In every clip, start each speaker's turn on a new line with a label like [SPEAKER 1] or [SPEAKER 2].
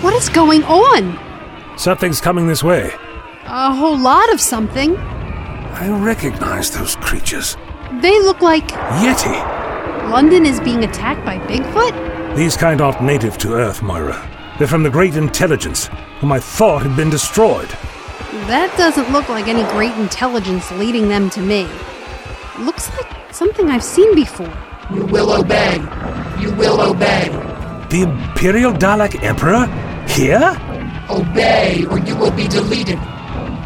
[SPEAKER 1] What is going on?
[SPEAKER 2] Something's coming this way.
[SPEAKER 1] A whole lot of something.
[SPEAKER 2] I recognize those creatures.
[SPEAKER 1] They look like
[SPEAKER 2] Yeti!
[SPEAKER 1] London is being attacked by Bigfoot?
[SPEAKER 2] These kind aren't native to Earth, Moira. They're from the Great Intelligence, whom I thought had been destroyed.
[SPEAKER 1] That doesn't look like any great intelligence leading them to me. Looks like something I've seen before.
[SPEAKER 3] You will obey. You will obey.
[SPEAKER 2] The Imperial Dalek Emperor? Here?
[SPEAKER 3] Obey, or you will be deleted.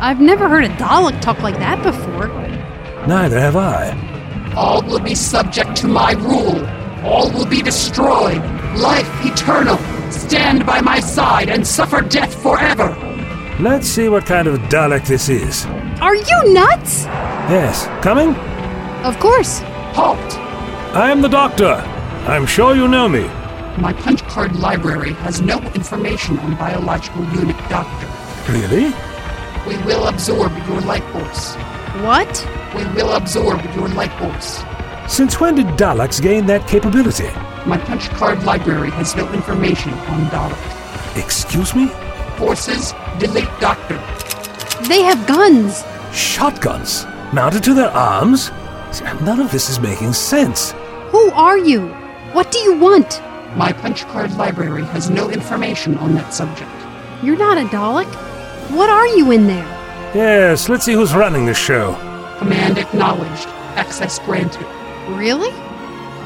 [SPEAKER 1] I've never heard a Dalek talk like that before.
[SPEAKER 2] Neither have I.
[SPEAKER 3] All will be subject to my rule. All will be destroyed. Life eternal. Stand by my side and suffer death forever.
[SPEAKER 2] Let's see what kind of Dalek this is.
[SPEAKER 1] Are you nuts?
[SPEAKER 2] Yes, coming?
[SPEAKER 1] Of course.
[SPEAKER 3] Halt!
[SPEAKER 2] I am the Doctor. I'm sure you know me.
[SPEAKER 3] My punch card library has no information on biological unit doctor.
[SPEAKER 2] Really?
[SPEAKER 3] We will absorb your life force.
[SPEAKER 1] What?
[SPEAKER 3] We will absorb your life force.
[SPEAKER 2] Since when did Daleks gain that capability?
[SPEAKER 3] My punch card library has no information on Dalek.
[SPEAKER 2] Excuse me?
[SPEAKER 3] Forces, delete Doctor.
[SPEAKER 1] They have guns.
[SPEAKER 2] Shotguns mounted to their arms? None of this is making sense.
[SPEAKER 1] Who are you? What do you want?
[SPEAKER 3] My punch card library has no information on that subject.
[SPEAKER 1] You're not a Dalek. What are you in there?
[SPEAKER 2] Yes, let's see who's running this show.
[SPEAKER 3] Command acknowledged. Access granted.
[SPEAKER 1] Really?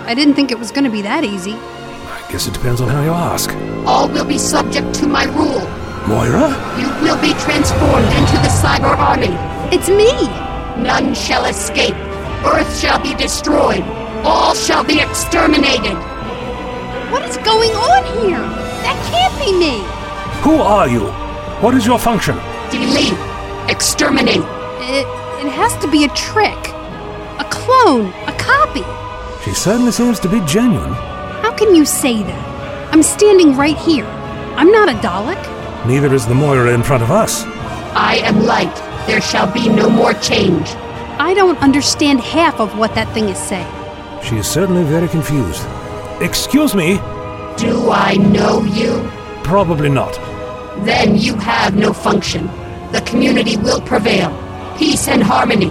[SPEAKER 1] I didn't think it was going to be that easy.
[SPEAKER 2] I guess it depends on how you ask.
[SPEAKER 3] All will be subject to my rule.
[SPEAKER 2] Moira?
[SPEAKER 3] You will be transformed into the cyber army.
[SPEAKER 1] It's me!
[SPEAKER 3] None shall escape. Earth shall be destroyed. All shall be exterminated.
[SPEAKER 1] What is going on here? That can't be me!
[SPEAKER 2] Who are you? What is your function?
[SPEAKER 3] Delete. Exterminate.
[SPEAKER 1] It, it has to be a trick. A clone, a copy.
[SPEAKER 2] She certainly seems to be genuine.
[SPEAKER 1] How can you say that? I'm standing right here. I'm not a Dalek.
[SPEAKER 2] Neither is the Moira in front of us.
[SPEAKER 3] I am light. There shall be no more change.
[SPEAKER 1] I don't understand half of what that thing is saying.
[SPEAKER 2] She is certainly very confused. Excuse me?
[SPEAKER 3] Do I know you?
[SPEAKER 2] Probably not.
[SPEAKER 3] Then you have no function. The community will prevail. Peace and harmony.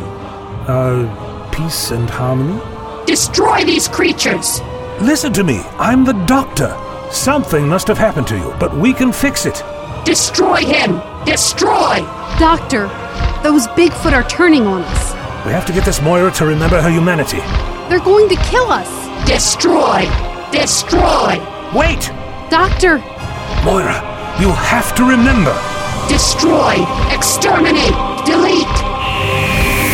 [SPEAKER 2] Uh, peace and harmony?
[SPEAKER 3] Destroy these creatures.
[SPEAKER 2] Listen to me. I'm the doctor. Something must have happened to you, but we can fix it.
[SPEAKER 3] Destroy him. Destroy.
[SPEAKER 1] Doctor, those Bigfoot are turning on us.
[SPEAKER 2] We have to get this Moira to remember her humanity.
[SPEAKER 1] They're going to kill us.
[SPEAKER 3] Destroy. Destroy.
[SPEAKER 2] Wait!
[SPEAKER 1] Doctor,
[SPEAKER 2] Moira, you have to remember.
[SPEAKER 3] Destroy. Exterminate. Delete.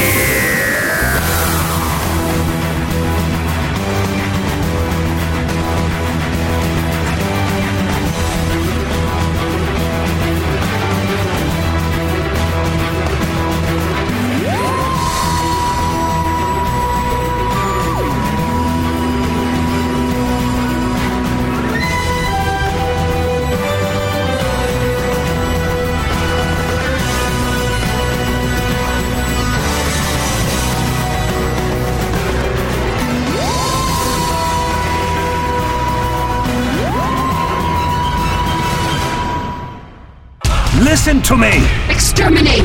[SPEAKER 2] Listen to me!
[SPEAKER 3] Exterminate.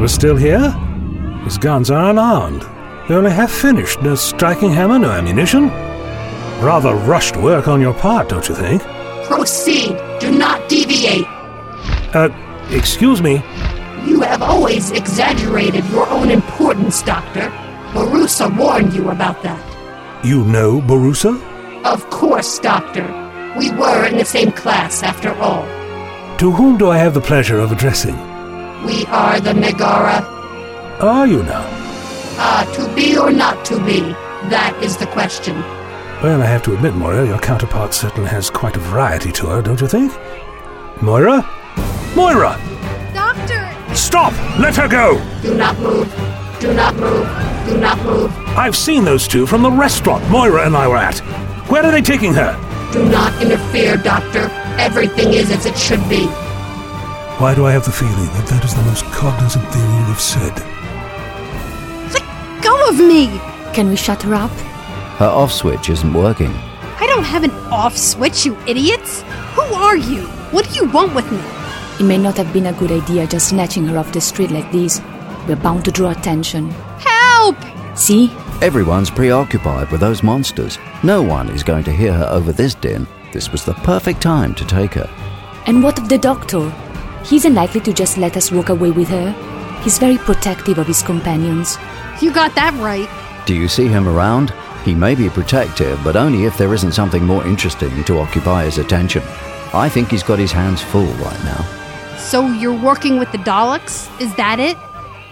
[SPEAKER 2] We're still here? His guns are unarmed. They only half finished. No striking hammer, no ammunition. Rather rushed work on your part, don't you think?
[SPEAKER 3] Proceed. Do not deviate.
[SPEAKER 2] Uh, excuse me.
[SPEAKER 3] You have always exaggerated your own importance, Doctor. Barusa warned you about that.
[SPEAKER 2] You know Borusa?
[SPEAKER 3] Of course, Doctor. We were in the same class after all.
[SPEAKER 2] To whom do I have the pleasure of addressing?
[SPEAKER 3] We are the Megara.
[SPEAKER 2] Are you now?
[SPEAKER 3] Ah, to be or not to be? That is the question.
[SPEAKER 2] Well, I have to admit, Moira, your counterpart certainly has quite a variety to her, don't you think? Moira? Moira!
[SPEAKER 1] Doctor!
[SPEAKER 2] Stop! Let her go!
[SPEAKER 3] Do not move. Do not move. Do not move.
[SPEAKER 2] I've seen those two from the restaurant Moira and I were at. Where are they taking her?
[SPEAKER 3] Do not interfere, Doctor. Everything is as it should be.
[SPEAKER 2] Why do I have the feeling that that is the most cognizant thing you have said?
[SPEAKER 1] Let go of me!
[SPEAKER 4] Can we shut her up?
[SPEAKER 5] Her off switch isn't working.
[SPEAKER 1] I don't have an off switch, you idiots! Who are you? What do you want with me?
[SPEAKER 6] It may not have been a good idea just snatching her off the street like this. We're bound to draw attention.
[SPEAKER 1] Help!
[SPEAKER 6] See?
[SPEAKER 5] Everyone's preoccupied with those monsters. No one is going to hear her over this din. This was the perfect time to take her.
[SPEAKER 6] And what of the doctor? He's unlikely to just let us walk away with her. He's very protective of his companions.
[SPEAKER 1] You got that right.
[SPEAKER 5] Do you see him around? He may be protective, but only if there isn't something more interesting to occupy his attention. I think he's got his hands full right now.
[SPEAKER 1] So you're working with the Daleks? Is that it?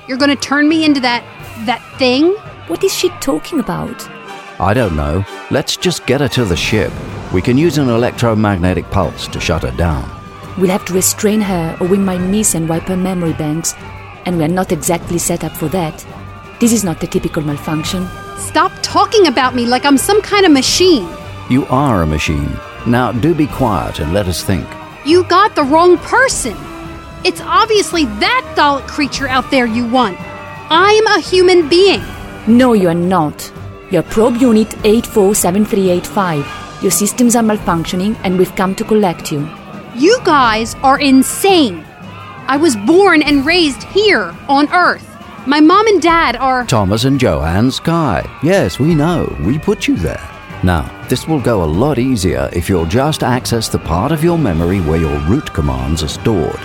[SPEAKER 1] You're gonna turn me into that. that thing?
[SPEAKER 6] What is she talking about?
[SPEAKER 5] I don't know. Let's just get her to the ship. We can use an electromagnetic pulse to shut her down.
[SPEAKER 6] We'll have to restrain her, or we might miss and wipe her memory banks. And we are not exactly set up for that. This is not the typical malfunction.
[SPEAKER 1] Stop talking about me like I'm some kind of machine.
[SPEAKER 5] You are a machine. Now do be quiet and let us think.
[SPEAKER 1] You got the wrong person. It's obviously that Dalek creature out there you want. I'm a human being.
[SPEAKER 6] No, you are not. Your probe unit 847385. Your systems are malfunctioning, and we've come to collect you.
[SPEAKER 1] You guys are insane. I was born and raised here on Earth. My mom and dad are.
[SPEAKER 5] Thomas and Joanne Sky. Yes, we know. We put you there. Now, this will go a lot easier if you'll just access the part of your memory where your root commands are stored.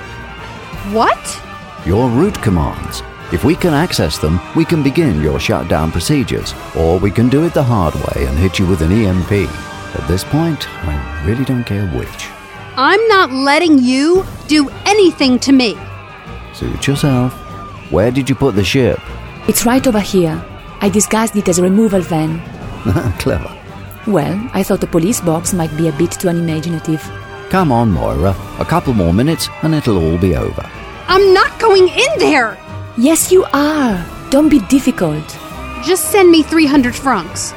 [SPEAKER 1] What?
[SPEAKER 5] Your root commands. If we can access them, we can begin your shutdown procedures, or we can do it the hard way and hit you with an EMP. At this point, I really don't care which.
[SPEAKER 1] I'm not letting you do anything to me.
[SPEAKER 5] Suit yourself. Where did you put the ship?
[SPEAKER 6] It's right over here. I disguised it as a removal van.
[SPEAKER 5] Clever.
[SPEAKER 6] Well, I thought the police box might be a bit too unimaginative.
[SPEAKER 5] Come on, Moira. A couple more minutes and it'll all be over.
[SPEAKER 1] I'm not going in there.
[SPEAKER 6] Yes, you are. Don't be difficult.
[SPEAKER 1] Just send me 300 francs.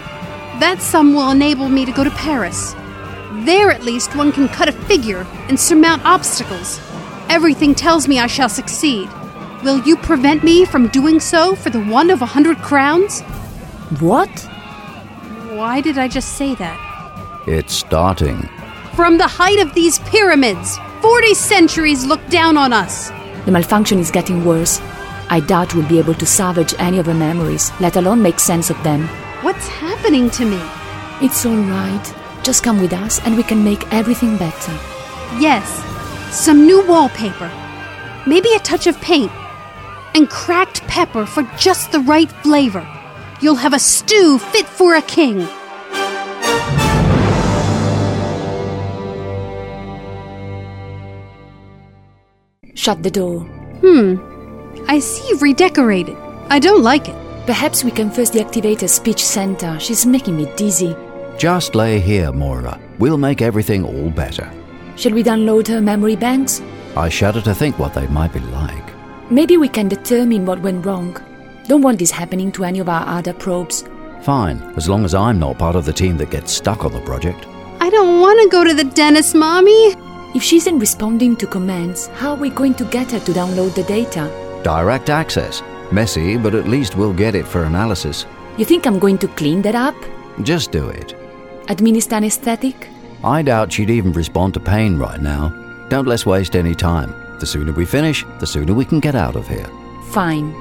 [SPEAKER 1] That sum will enable me to go to Paris. There, at least, one can cut a figure and surmount obstacles. Everything tells me I shall succeed. Will you prevent me from doing so for the one of a hundred crowns?
[SPEAKER 6] What?
[SPEAKER 1] Why did I just say that?
[SPEAKER 5] It's starting.
[SPEAKER 1] From the height of these pyramids, 40 centuries look down on us.
[SPEAKER 6] The malfunction is getting worse. I doubt we'll be able to salvage any of her memories, let alone make sense of them.
[SPEAKER 1] What's happening to me?
[SPEAKER 6] It's all right. Just come with us and we can make everything better.
[SPEAKER 1] Yes, some new wallpaper, maybe a touch of paint, and cracked pepper for just the right flavor. You'll have a stew fit for a king.
[SPEAKER 6] Shut the door.
[SPEAKER 1] Hmm, I see you've redecorated. I don't like it.
[SPEAKER 6] Perhaps we can first deactivate her speech center. She's making me dizzy.
[SPEAKER 5] Just lay here, Moira. We'll make everything all better.
[SPEAKER 6] Shall we download her memory banks?
[SPEAKER 5] I shudder to think what they might be like.
[SPEAKER 6] Maybe we can determine what went wrong. Don't want this happening to any of our other probes.
[SPEAKER 5] Fine, as long as I'm not part of the team that gets stuck on the project.
[SPEAKER 1] I don't want to go to the dentist, Mommy.
[SPEAKER 6] If she isn't responding to commands, how are we going to get her to download the data?
[SPEAKER 5] Direct access. Messy, but at least we'll get it for analysis.
[SPEAKER 6] You think I'm going to clean that up?
[SPEAKER 5] Just do it.
[SPEAKER 6] Administer anesthetic?
[SPEAKER 5] I doubt she'd even respond to pain right now. Don't let's waste any time. The sooner we finish, the sooner we can get out of here.
[SPEAKER 6] Fine.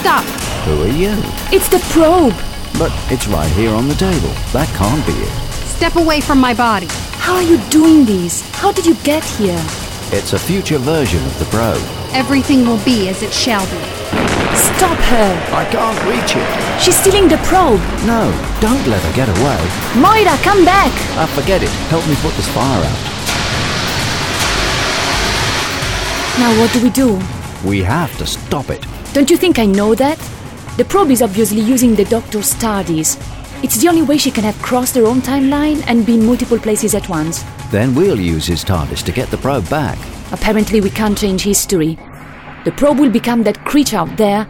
[SPEAKER 1] Stop.
[SPEAKER 5] Who are you?
[SPEAKER 6] It's the probe!
[SPEAKER 5] But it's right here on the table. That can't be it.
[SPEAKER 1] Step away from my body.
[SPEAKER 6] How are you doing this? How did you get here?
[SPEAKER 5] It's a future version of the probe.
[SPEAKER 1] Everything will be as it shall be.
[SPEAKER 6] Stop her!
[SPEAKER 5] I can't reach it.
[SPEAKER 6] She's stealing the probe!
[SPEAKER 5] No, don't let her get away.
[SPEAKER 6] Moira, come back!
[SPEAKER 5] Ah, forget it. Help me put this fire out.
[SPEAKER 6] Now what do we do?
[SPEAKER 5] We have to stop it.
[SPEAKER 6] Don't you think I know that? The probe is obviously using the doctor's TARDIS. It's the only way she can have crossed her own timeline and be in multiple places at once.
[SPEAKER 5] Then we'll use his TARDIS to get the probe back.
[SPEAKER 6] Apparently, we can't change history. The probe will become that creature out there.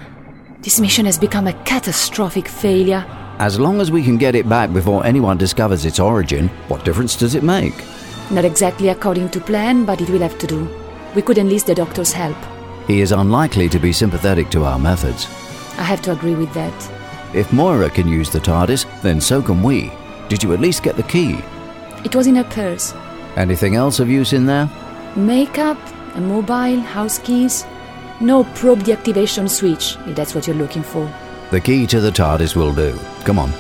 [SPEAKER 6] This mission has become a catastrophic failure.
[SPEAKER 5] As long as we can get it back before anyone discovers its origin, what difference does it make?
[SPEAKER 6] Not exactly according to plan, but it will have to do. We could enlist the doctor's help.
[SPEAKER 5] He is unlikely to be sympathetic to our methods.
[SPEAKER 6] I have to agree with that.
[SPEAKER 5] If Moira can use the TARDIS, then so can we. Did you at least get the key?
[SPEAKER 4] It was in her purse.
[SPEAKER 5] Anything else of use in there?
[SPEAKER 4] Makeup, a mobile, house keys. No, probe the activation switch, if that's what you're looking for.
[SPEAKER 5] The key to the TARDIS will do. Come on.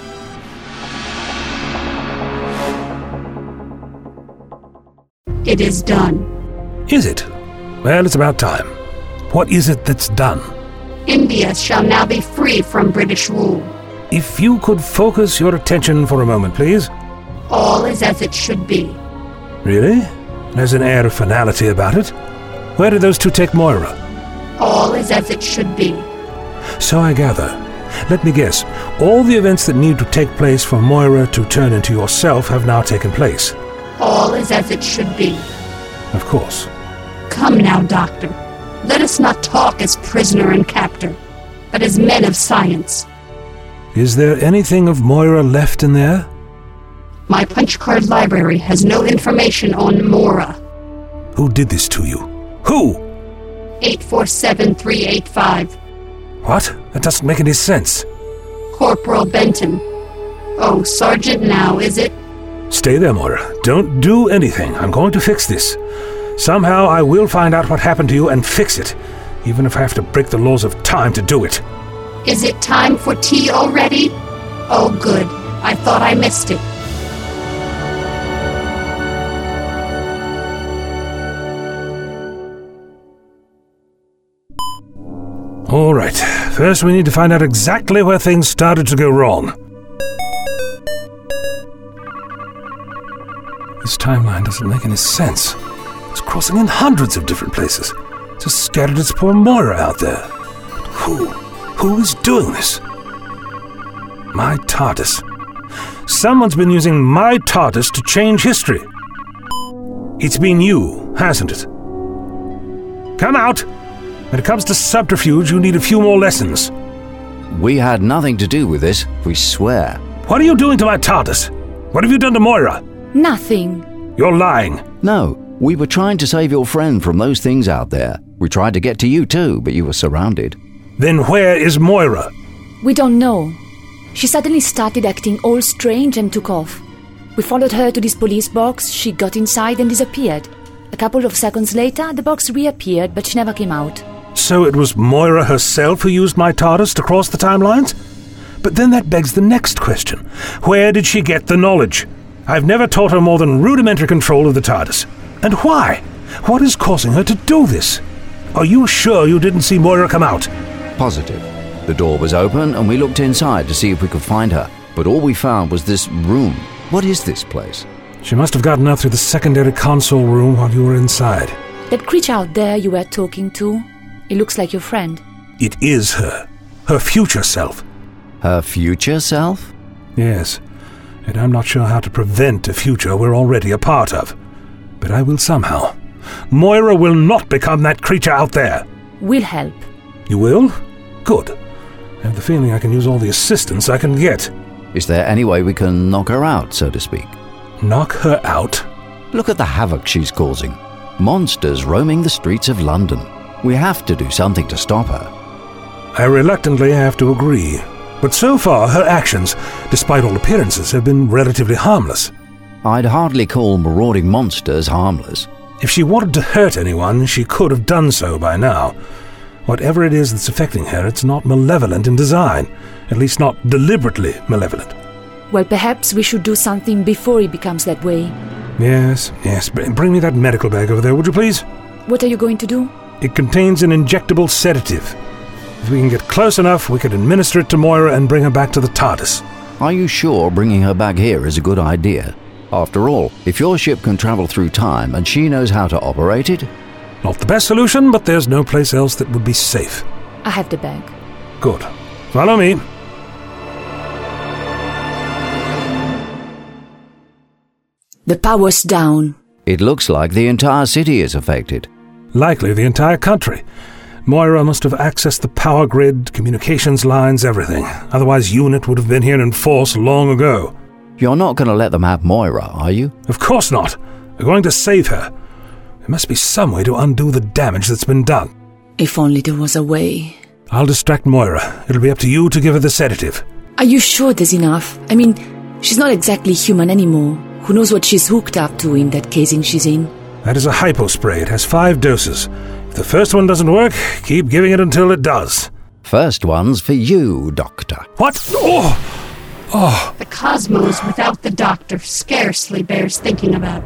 [SPEAKER 3] It is done.
[SPEAKER 2] Is it? Well, it's about time. What is it that's done?
[SPEAKER 3] India shall now be free from British rule.
[SPEAKER 2] If you could focus your attention for a moment, please.
[SPEAKER 3] All is as it should be.
[SPEAKER 2] Really? There's an air of finality about it. Where did those two take Moira?
[SPEAKER 3] All is as it should be.
[SPEAKER 2] So I gather. Let me guess. All the events that need to take place for Moira to turn into yourself have now taken place.
[SPEAKER 3] All is as it should be.
[SPEAKER 2] Of course.
[SPEAKER 3] Come now, Doctor. Let us not talk as prisoner and captor, but as men of science.
[SPEAKER 2] Is there anything of Moira left in there?
[SPEAKER 3] My punch card library has no information on Mora.
[SPEAKER 2] Who did this to you? Who?
[SPEAKER 3] 847385,
[SPEAKER 2] What? That doesn't make any sense.
[SPEAKER 3] Corporal Benton. Oh, Sergeant now, is it?
[SPEAKER 2] Stay there, Moira. Don't do anything. I'm going to fix this. Somehow I will find out what happened to you and fix it, even if I have to break the laws of time to do it.
[SPEAKER 3] Is it time for tea already? Oh, good. I thought I missed it.
[SPEAKER 2] All right. First, we need to find out exactly where things started to go wrong. This timeline doesn't make any sense. It's crossing in hundreds of different places. Just scattered its poor Moira out there. But who? Who is doing this? My TARDIS. Someone's been using my TARDIS to change history. It's been you, hasn't it? Come out! When it comes to subterfuge, you need a few more lessons.
[SPEAKER 5] We had nothing to do with this, we swear.
[SPEAKER 2] What are you doing to my TARDIS? What have you done to Moira?
[SPEAKER 4] Nothing.
[SPEAKER 2] You're lying.
[SPEAKER 5] No, we were trying to save your friend from those things out there. We tried to get to you too, but you were surrounded.
[SPEAKER 2] Then where is Moira?
[SPEAKER 4] We don't know. She suddenly started acting all strange and took off. We followed her to this police box, she got inside and disappeared. A couple of seconds later, the box reappeared, but she never came out.
[SPEAKER 2] So it was Moira herself who used my TARDIS to cross the timelines? But then that begs the next question Where did she get the knowledge? I've never taught her more than rudimentary control of the TARDIS. And why? What is causing her to do this? Are you sure you didn't see Moira come out?
[SPEAKER 5] Positive. The door was open and we looked inside to see if we could find her, but all we found was this room. What is this place?
[SPEAKER 2] She must have gotten out through the secondary console room while you were inside.
[SPEAKER 4] That creature out there you were talking to, it looks like your friend.
[SPEAKER 2] It is her. Her future self.
[SPEAKER 5] Her future self?
[SPEAKER 2] Yes, and I'm not sure how to prevent a future we're already a part of. But I will somehow. Moira will not become that creature out there.
[SPEAKER 4] Will help.
[SPEAKER 2] You will? Good. I have the feeling I can use all the assistance I can get.
[SPEAKER 5] Is there any way we can knock her out, so to speak?
[SPEAKER 2] Knock her out?
[SPEAKER 5] Look at the havoc she's causing. Monsters roaming the streets of London. We have to do something to stop her.
[SPEAKER 2] I reluctantly have to agree. But so far, her actions, despite all appearances, have been relatively harmless.
[SPEAKER 5] I'd hardly call marauding monsters harmless.
[SPEAKER 2] If she wanted to hurt anyone, she could have done so by now. Whatever it is that's affecting her, it's not malevolent in design, at least not deliberately malevolent.
[SPEAKER 4] Well, perhaps we should do something before it becomes that way.
[SPEAKER 2] Yes, yes, br- bring me that medical bag over there, would you please?
[SPEAKER 4] What are you going to do?
[SPEAKER 2] It contains an injectable sedative. If we can get close enough, we could administer it to Moira and bring her back to the TARDIS.
[SPEAKER 5] Are you sure bringing her back here is a good idea? After all, if your ship can travel through time and she knows how to operate it,
[SPEAKER 2] Not the best solution, but there's no place else that would be safe.
[SPEAKER 4] I have the bag.
[SPEAKER 2] Good. Follow me.
[SPEAKER 4] The power's down.
[SPEAKER 5] it looks like the entire city is affected.
[SPEAKER 2] Likely the entire country. Moira must have accessed the power grid, communications lines, everything. Otherwise, UNIT would have been here in force long ago.
[SPEAKER 5] You're not going to let them have Moira, are you?
[SPEAKER 2] Of course not. We're going to save her. There must be some way to undo the damage that's been done.
[SPEAKER 6] If only there was a way.
[SPEAKER 2] I'll distract Moira. It'll be up to you to give her the sedative.
[SPEAKER 4] Are you sure there's enough? I mean,
[SPEAKER 6] She's not exactly human anymore. Who knows what she's hooked up to in that casing she's in?
[SPEAKER 2] That is a hypo spray. It has five doses. If the first one doesn't work, keep giving it until it does.
[SPEAKER 5] First one's for you, Doctor.
[SPEAKER 2] What? Oh!
[SPEAKER 3] The cosmos without the doctor scarcely bears thinking about.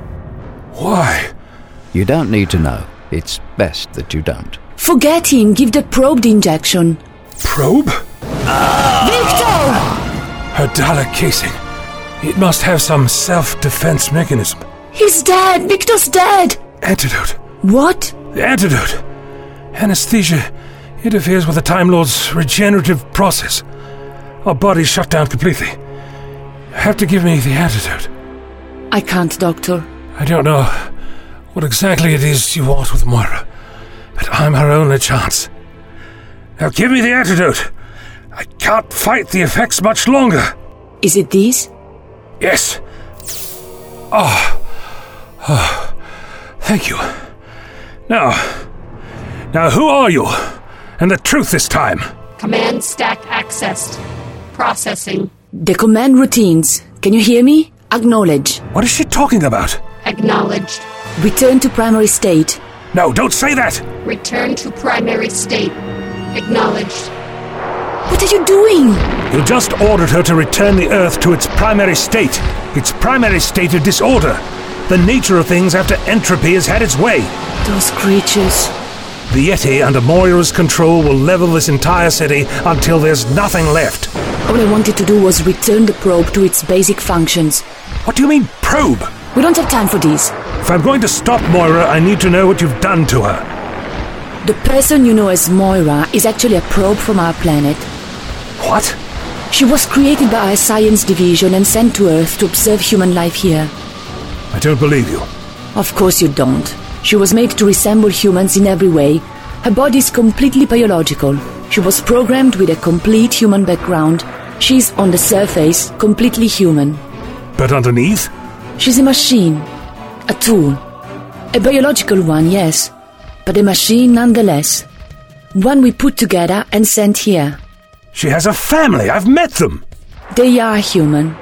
[SPEAKER 2] Why?
[SPEAKER 5] You don't need to know. It's best that you don't.
[SPEAKER 6] Forget him, give the probe the injection.
[SPEAKER 2] Probe?
[SPEAKER 6] Victor!
[SPEAKER 2] Her Dalek casing. It must have some self defense mechanism.
[SPEAKER 6] He's dead! Victor's dead!
[SPEAKER 2] Antidote.
[SPEAKER 6] What?
[SPEAKER 2] The antidote. Anesthesia interferes with the Time Lord's regenerative process. Our body's shut down completely. Have to give me the antidote.
[SPEAKER 6] I can't, Doctor.
[SPEAKER 2] I don't know what exactly it is you want with Moira, but I'm her only chance. Now give me the antidote. I can't fight the effects much longer.
[SPEAKER 6] Is it this?
[SPEAKER 2] Yes. Ah. Ah. Thank you. Now. Now, who are you? And the truth this time.
[SPEAKER 3] Command stack accessed. Processing.
[SPEAKER 6] The command routines. Can you hear me? Acknowledge.
[SPEAKER 2] What is she talking about?
[SPEAKER 3] Acknowledged.
[SPEAKER 6] Return to primary state.
[SPEAKER 2] No, don't say that!
[SPEAKER 3] Return to primary state. Acknowledged.
[SPEAKER 6] What are you doing?
[SPEAKER 2] You just ordered her to return the Earth to its primary state. Its primary state of disorder. The nature of things after entropy has had its way.
[SPEAKER 6] Those creatures.
[SPEAKER 2] The Yeti under Moira's control will level this entire city until there's nothing left.
[SPEAKER 6] All I wanted to do was return the probe to its basic functions.
[SPEAKER 2] What do you mean, probe?
[SPEAKER 6] We don't have time for this.
[SPEAKER 2] If I'm going to stop Moira, I need to know what you've done to her.
[SPEAKER 6] The person you know as Moira is actually a probe from our planet.
[SPEAKER 2] What?
[SPEAKER 6] She was created by our science division and sent to Earth to observe human life here.
[SPEAKER 2] I don't believe you.
[SPEAKER 6] Of course you don't. She was made to resemble humans in every way. Her body is completely biological. She was programmed with a complete human background. She's on the surface completely human.
[SPEAKER 2] But underneath?
[SPEAKER 6] She's a machine. A tool. A biological one, yes. But a machine nonetheless. One we put together and sent here.
[SPEAKER 2] She has a family. I've met them.
[SPEAKER 6] They are human.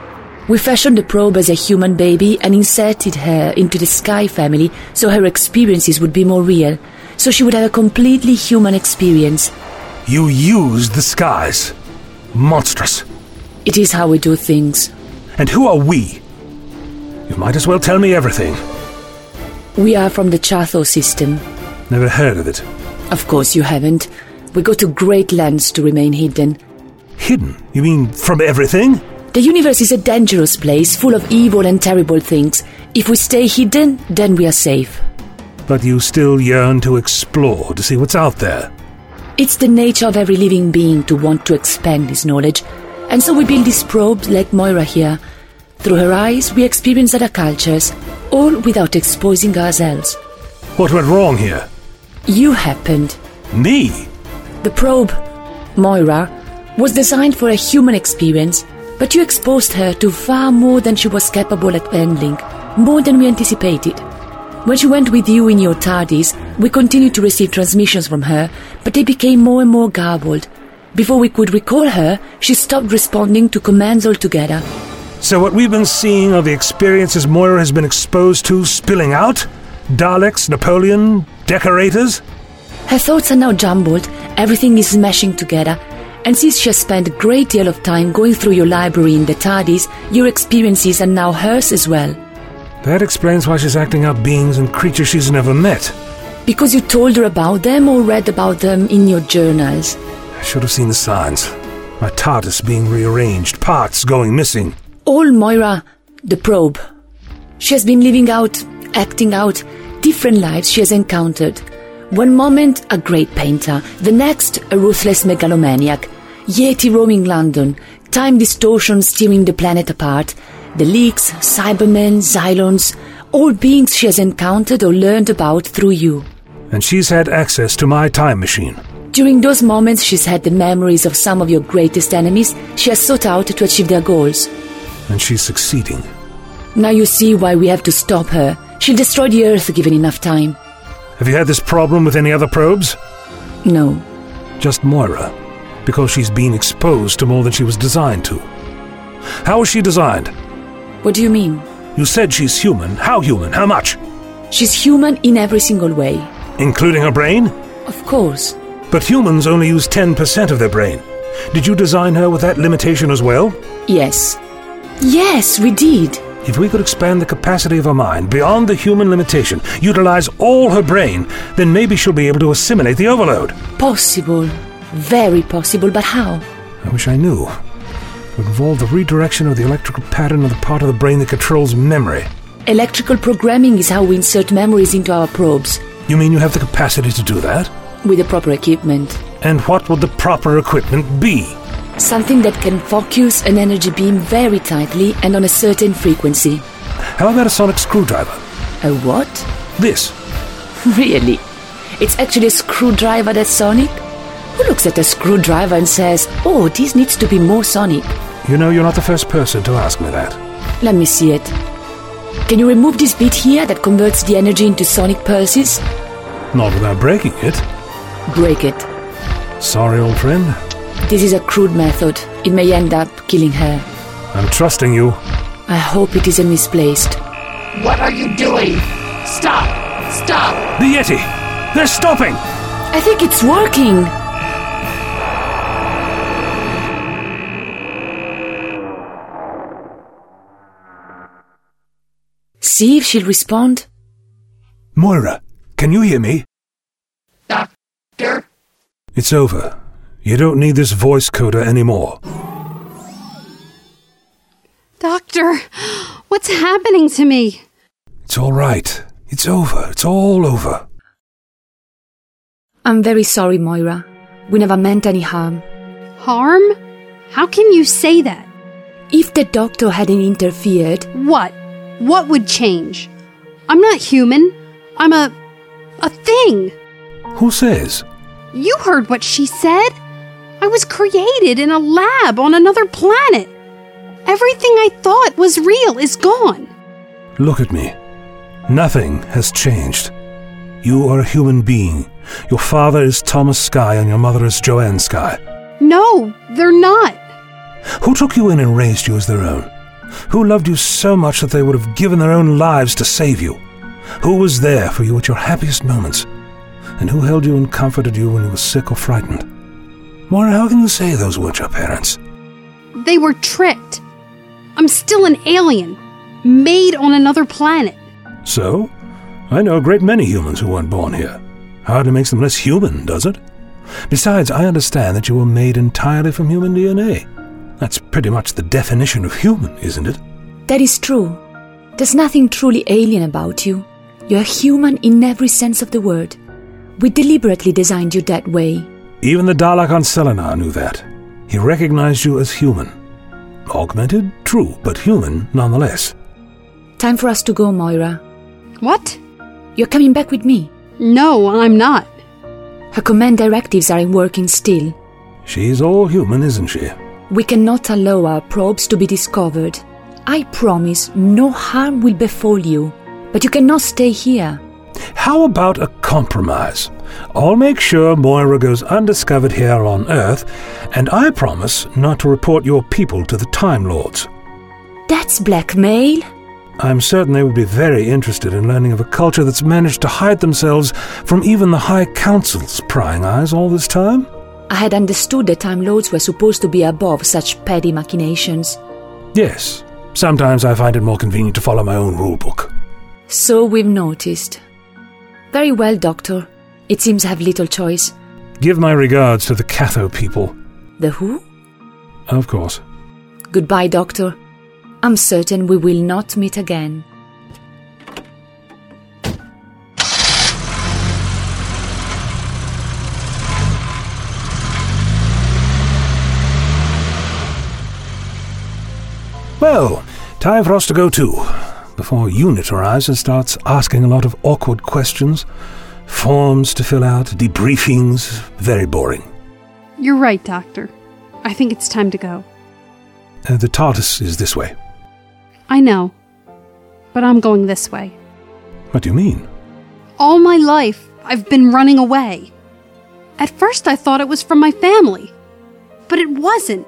[SPEAKER 6] We fashioned the probe as a human baby and inserted her into the Sky family so her experiences would be more real, so she would have a completely human experience.
[SPEAKER 2] You used the skies. Monstrous.
[SPEAKER 6] It is how we do things.
[SPEAKER 2] And who are we? You might as well tell me everything.
[SPEAKER 6] We are from the Chatho system.
[SPEAKER 2] Never heard of it.
[SPEAKER 6] Of course, you haven't. We go to great lengths to remain hidden.
[SPEAKER 2] Hidden? You mean from everything?
[SPEAKER 6] The universe is a dangerous place full of evil and terrible things. If we stay hidden, then we are safe.
[SPEAKER 2] But you still yearn to explore, to see what's out there.
[SPEAKER 6] It's the nature of every living being to want to expand his knowledge. And so we build these probes like Moira here. Through her eyes, we experience other cultures, all without exposing ourselves.
[SPEAKER 2] What went wrong here?
[SPEAKER 6] You happened.
[SPEAKER 2] Me?
[SPEAKER 6] The probe, Moira, was designed for a human experience, but you exposed her to far more than she was capable at handling, more than we anticipated. When she went with you in your TARDIS, we continued to receive transmissions from her, but they became more and more garbled. Before we could recall her, she stopped responding to commands altogether.
[SPEAKER 2] So, what we've been seeing are the experiences Moira has been exposed to spilling out? Daleks, Napoleon, decorators?
[SPEAKER 6] Her thoughts are now jumbled, everything is smashing together, and since she has spent a great deal of time going through your library in the TARDIS, your experiences are now hers as well.
[SPEAKER 2] That explains why she's acting out beings and creatures she's never met.
[SPEAKER 6] Because you told her about them or read about them in your journals.
[SPEAKER 2] I should have seen the signs. My TARDIS being rearranged, parts going missing.
[SPEAKER 6] All Moira, the probe. She has been living out, acting out, different lives she has encountered. One moment, a great painter, the next, a ruthless megalomaniac. Yeti roaming London, time distortion steering the planet apart, the leaks, Cybermen, Xylons, all beings she has encountered or learned about through you.
[SPEAKER 2] And she's had access to my time machine.
[SPEAKER 6] During those moments, she's had the memories of some of your greatest enemies she has sought out to achieve their goals.
[SPEAKER 2] And she's succeeding.
[SPEAKER 6] Now you see why we have to stop her. She'll destroy the Earth given enough time.
[SPEAKER 2] Have you had this problem with any other probes?
[SPEAKER 6] No.
[SPEAKER 2] Just Moira. Because she's been exposed to more than she was designed to. How was she designed?
[SPEAKER 6] What do you mean?
[SPEAKER 2] You said she's human. How human? How much?
[SPEAKER 6] She's human in every single way.
[SPEAKER 2] Including her brain?
[SPEAKER 6] Of course.
[SPEAKER 2] But humans only use 10% of their brain. Did you design her with that limitation as well?
[SPEAKER 6] Yes. Yes, we did.
[SPEAKER 2] If we could expand the capacity of her mind beyond the human limitation, utilize all her brain, then maybe she'll be able to assimilate the overload.
[SPEAKER 6] Possible. Very possible, but how?
[SPEAKER 2] I wish I knew. It would involve the redirection of the electrical pattern of the part of the brain that controls memory.
[SPEAKER 6] Electrical programming is how we insert memories into our probes
[SPEAKER 2] You mean you have the capacity to do that?
[SPEAKER 6] with the proper equipment.
[SPEAKER 2] And what would the proper equipment be?
[SPEAKER 6] Something that can focus an energy beam very tightly and on a certain frequency.
[SPEAKER 2] How about a sonic screwdriver?
[SPEAKER 6] A what?
[SPEAKER 2] This.
[SPEAKER 6] Really? It's actually a screwdriver that's sonic? Who looks at a screwdriver and says, oh, this needs to be more sonic?
[SPEAKER 2] You know, you're not the first person to ask me that.
[SPEAKER 6] Let me see it. Can you remove this bit here that converts the energy into sonic pulses?
[SPEAKER 2] Not without breaking it.
[SPEAKER 6] Break it.
[SPEAKER 2] Sorry, old friend.
[SPEAKER 6] This is a crude method. It may end up killing her.
[SPEAKER 2] I'm trusting you.
[SPEAKER 6] I hope it isn't misplaced.
[SPEAKER 3] What are you doing? Stop! Stop!
[SPEAKER 2] The Yeti! They're stopping!
[SPEAKER 6] I think it's working! See if she'll respond.
[SPEAKER 2] Moira, can you hear me?
[SPEAKER 3] Doctor?
[SPEAKER 2] It's over. You don't need this voice coder anymore.
[SPEAKER 1] Doctor, what's happening to me?
[SPEAKER 2] It's all right. It's over. It's all over.
[SPEAKER 6] I'm very sorry, Moira. We never meant any harm.
[SPEAKER 1] Harm? How can you say that?
[SPEAKER 6] If the doctor hadn't interfered,
[SPEAKER 1] What? What would change? I'm not human. I'm a. a thing.
[SPEAKER 2] Who says?
[SPEAKER 1] You heard what she said. I was created in a lab on another planet. Everything I thought was real is gone.
[SPEAKER 2] Look at me. Nothing has changed. You are a human being. Your father is Thomas Sky and your mother is Joanne Sky.
[SPEAKER 1] No, they're not.
[SPEAKER 2] Who took you in and raised you as their own? Who loved you so much that they would have given their own lives to save you? Who was there for you at your happiest moments? And who held you and comforted you when you were sick or frightened? Moira, how can you say those weren't your parents?
[SPEAKER 1] They were tricked. I'm still an alien, made on another planet.
[SPEAKER 2] So? I know a great many humans who weren't born here. Hardly makes them less human, does it? Besides, I understand that you were made entirely from human DNA. That's pretty much the definition of human, isn't it?
[SPEAKER 6] that is true. There's nothing truly alien about you. You're human in every sense of the word. We deliberately designed you that way.
[SPEAKER 2] Even the Dalek on Selenar knew that. He recognized you as human. Augmented, true, but human nonetheless.
[SPEAKER 6] Time for us to go, Moira.
[SPEAKER 1] What?
[SPEAKER 6] You're coming back with me.
[SPEAKER 1] No, I'm not.
[SPEAKER 6] Her command directives are in working still.
[SPEAKER 2] She's all human, isn't she?
[SPEAKER 6] We cannot allow our probes to be discovered. I promise no harm will befall you, but you cannot stay here.
[SPEAKER 2] How about a compromise? I'll make sure Moira goes undiscovered here on Earth, and I promise not to report your people to the Time Lords.
[SPEAKER 6] That's blackmail.
[SPEAKER 2] I'm certain they would be very interested in learning of a culture that's managed to hide themselves from even the High Council's prying eyes all this time.
[SPEAKER 6] I had understood that Time Lords were supposed to be above such petty machinations.
[SPEAKER 2] Yes, sometimes I find it more convenient to follow my own rulebook.
[SPEAKER 6] So we've noticed. Very well, Doctor. It seems I have little choice.
[SPEAKER 2] Give my regards to the Catho people.
[SPEAKER 6] The who?
[SPEAKER 2] Of course.
[SPEAKER 6] Goodbye, Doctor. I'm certain we will not meet again.
[SPEAKER 2] Well, time for us to go too. Before Unit arrives and starts asking a lot of awkward questions, forms to fill out, debriefings, very boring.
[SPEAKER 1] You're right, Doctor. I think it's time to go.
[SPEAKER 2] Uh, the TARDIS is this way.
[SPEAKER 1] I know. But I'm going this way.
[SPEAKER 2] What do you mean?
[SPEAKER 1] All my life, I've been running away. At first, I thought it was from my family, but it wasn't.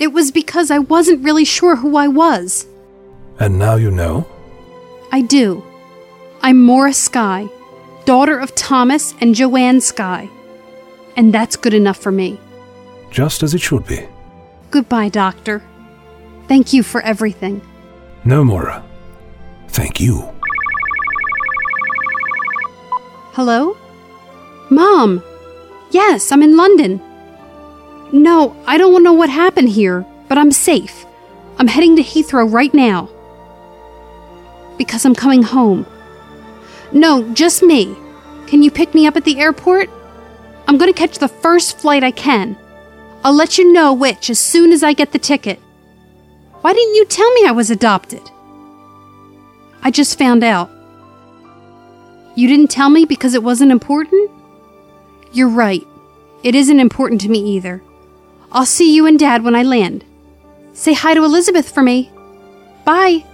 [SPEAKER 1] It was because I wasn't really sure who I was.
[SPEAKER 2] And now you know?
[SPEAKER 1] I do. I'm Mora Sky, daughter of Thomas and Joanne Sky. And that's good enough for me.
[SPEAKER 2] Just as it should be.
[SPEAKER 1] Goodbye, Doctor. Thank you for everything.
[SPEAKER 2] No, Mora. Thank you.
[SPEAKER 1] Hello? Mom! Yes, I'm in London. No, I don't want to know what happened here, but I'm safe. I'm heading to Heathrow right now. Because I'm coming home. No, just me. Can you pick me up at the airport? I'm going to catch the first flight I can. I'll let you know which as soon as I get the ticket. Why didn't you tell me I was adopted? I just found out. You didn't tell me because it wasn't important? You're right. It isn't important to me either. I'll see you and Dad when I land. Say hi to Elizabeth for me. Bye.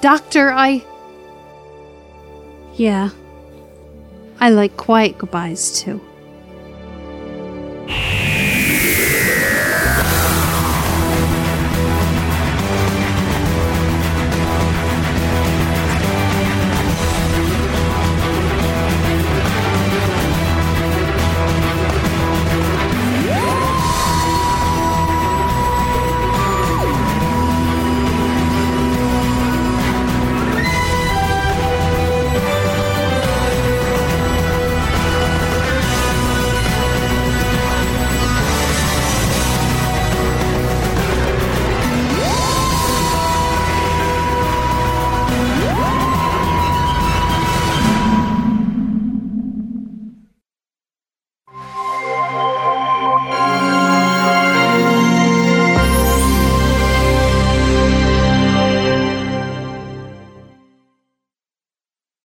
[SPEAKER 1] Doctor, I. Yeah. I like quiet goodbyes too.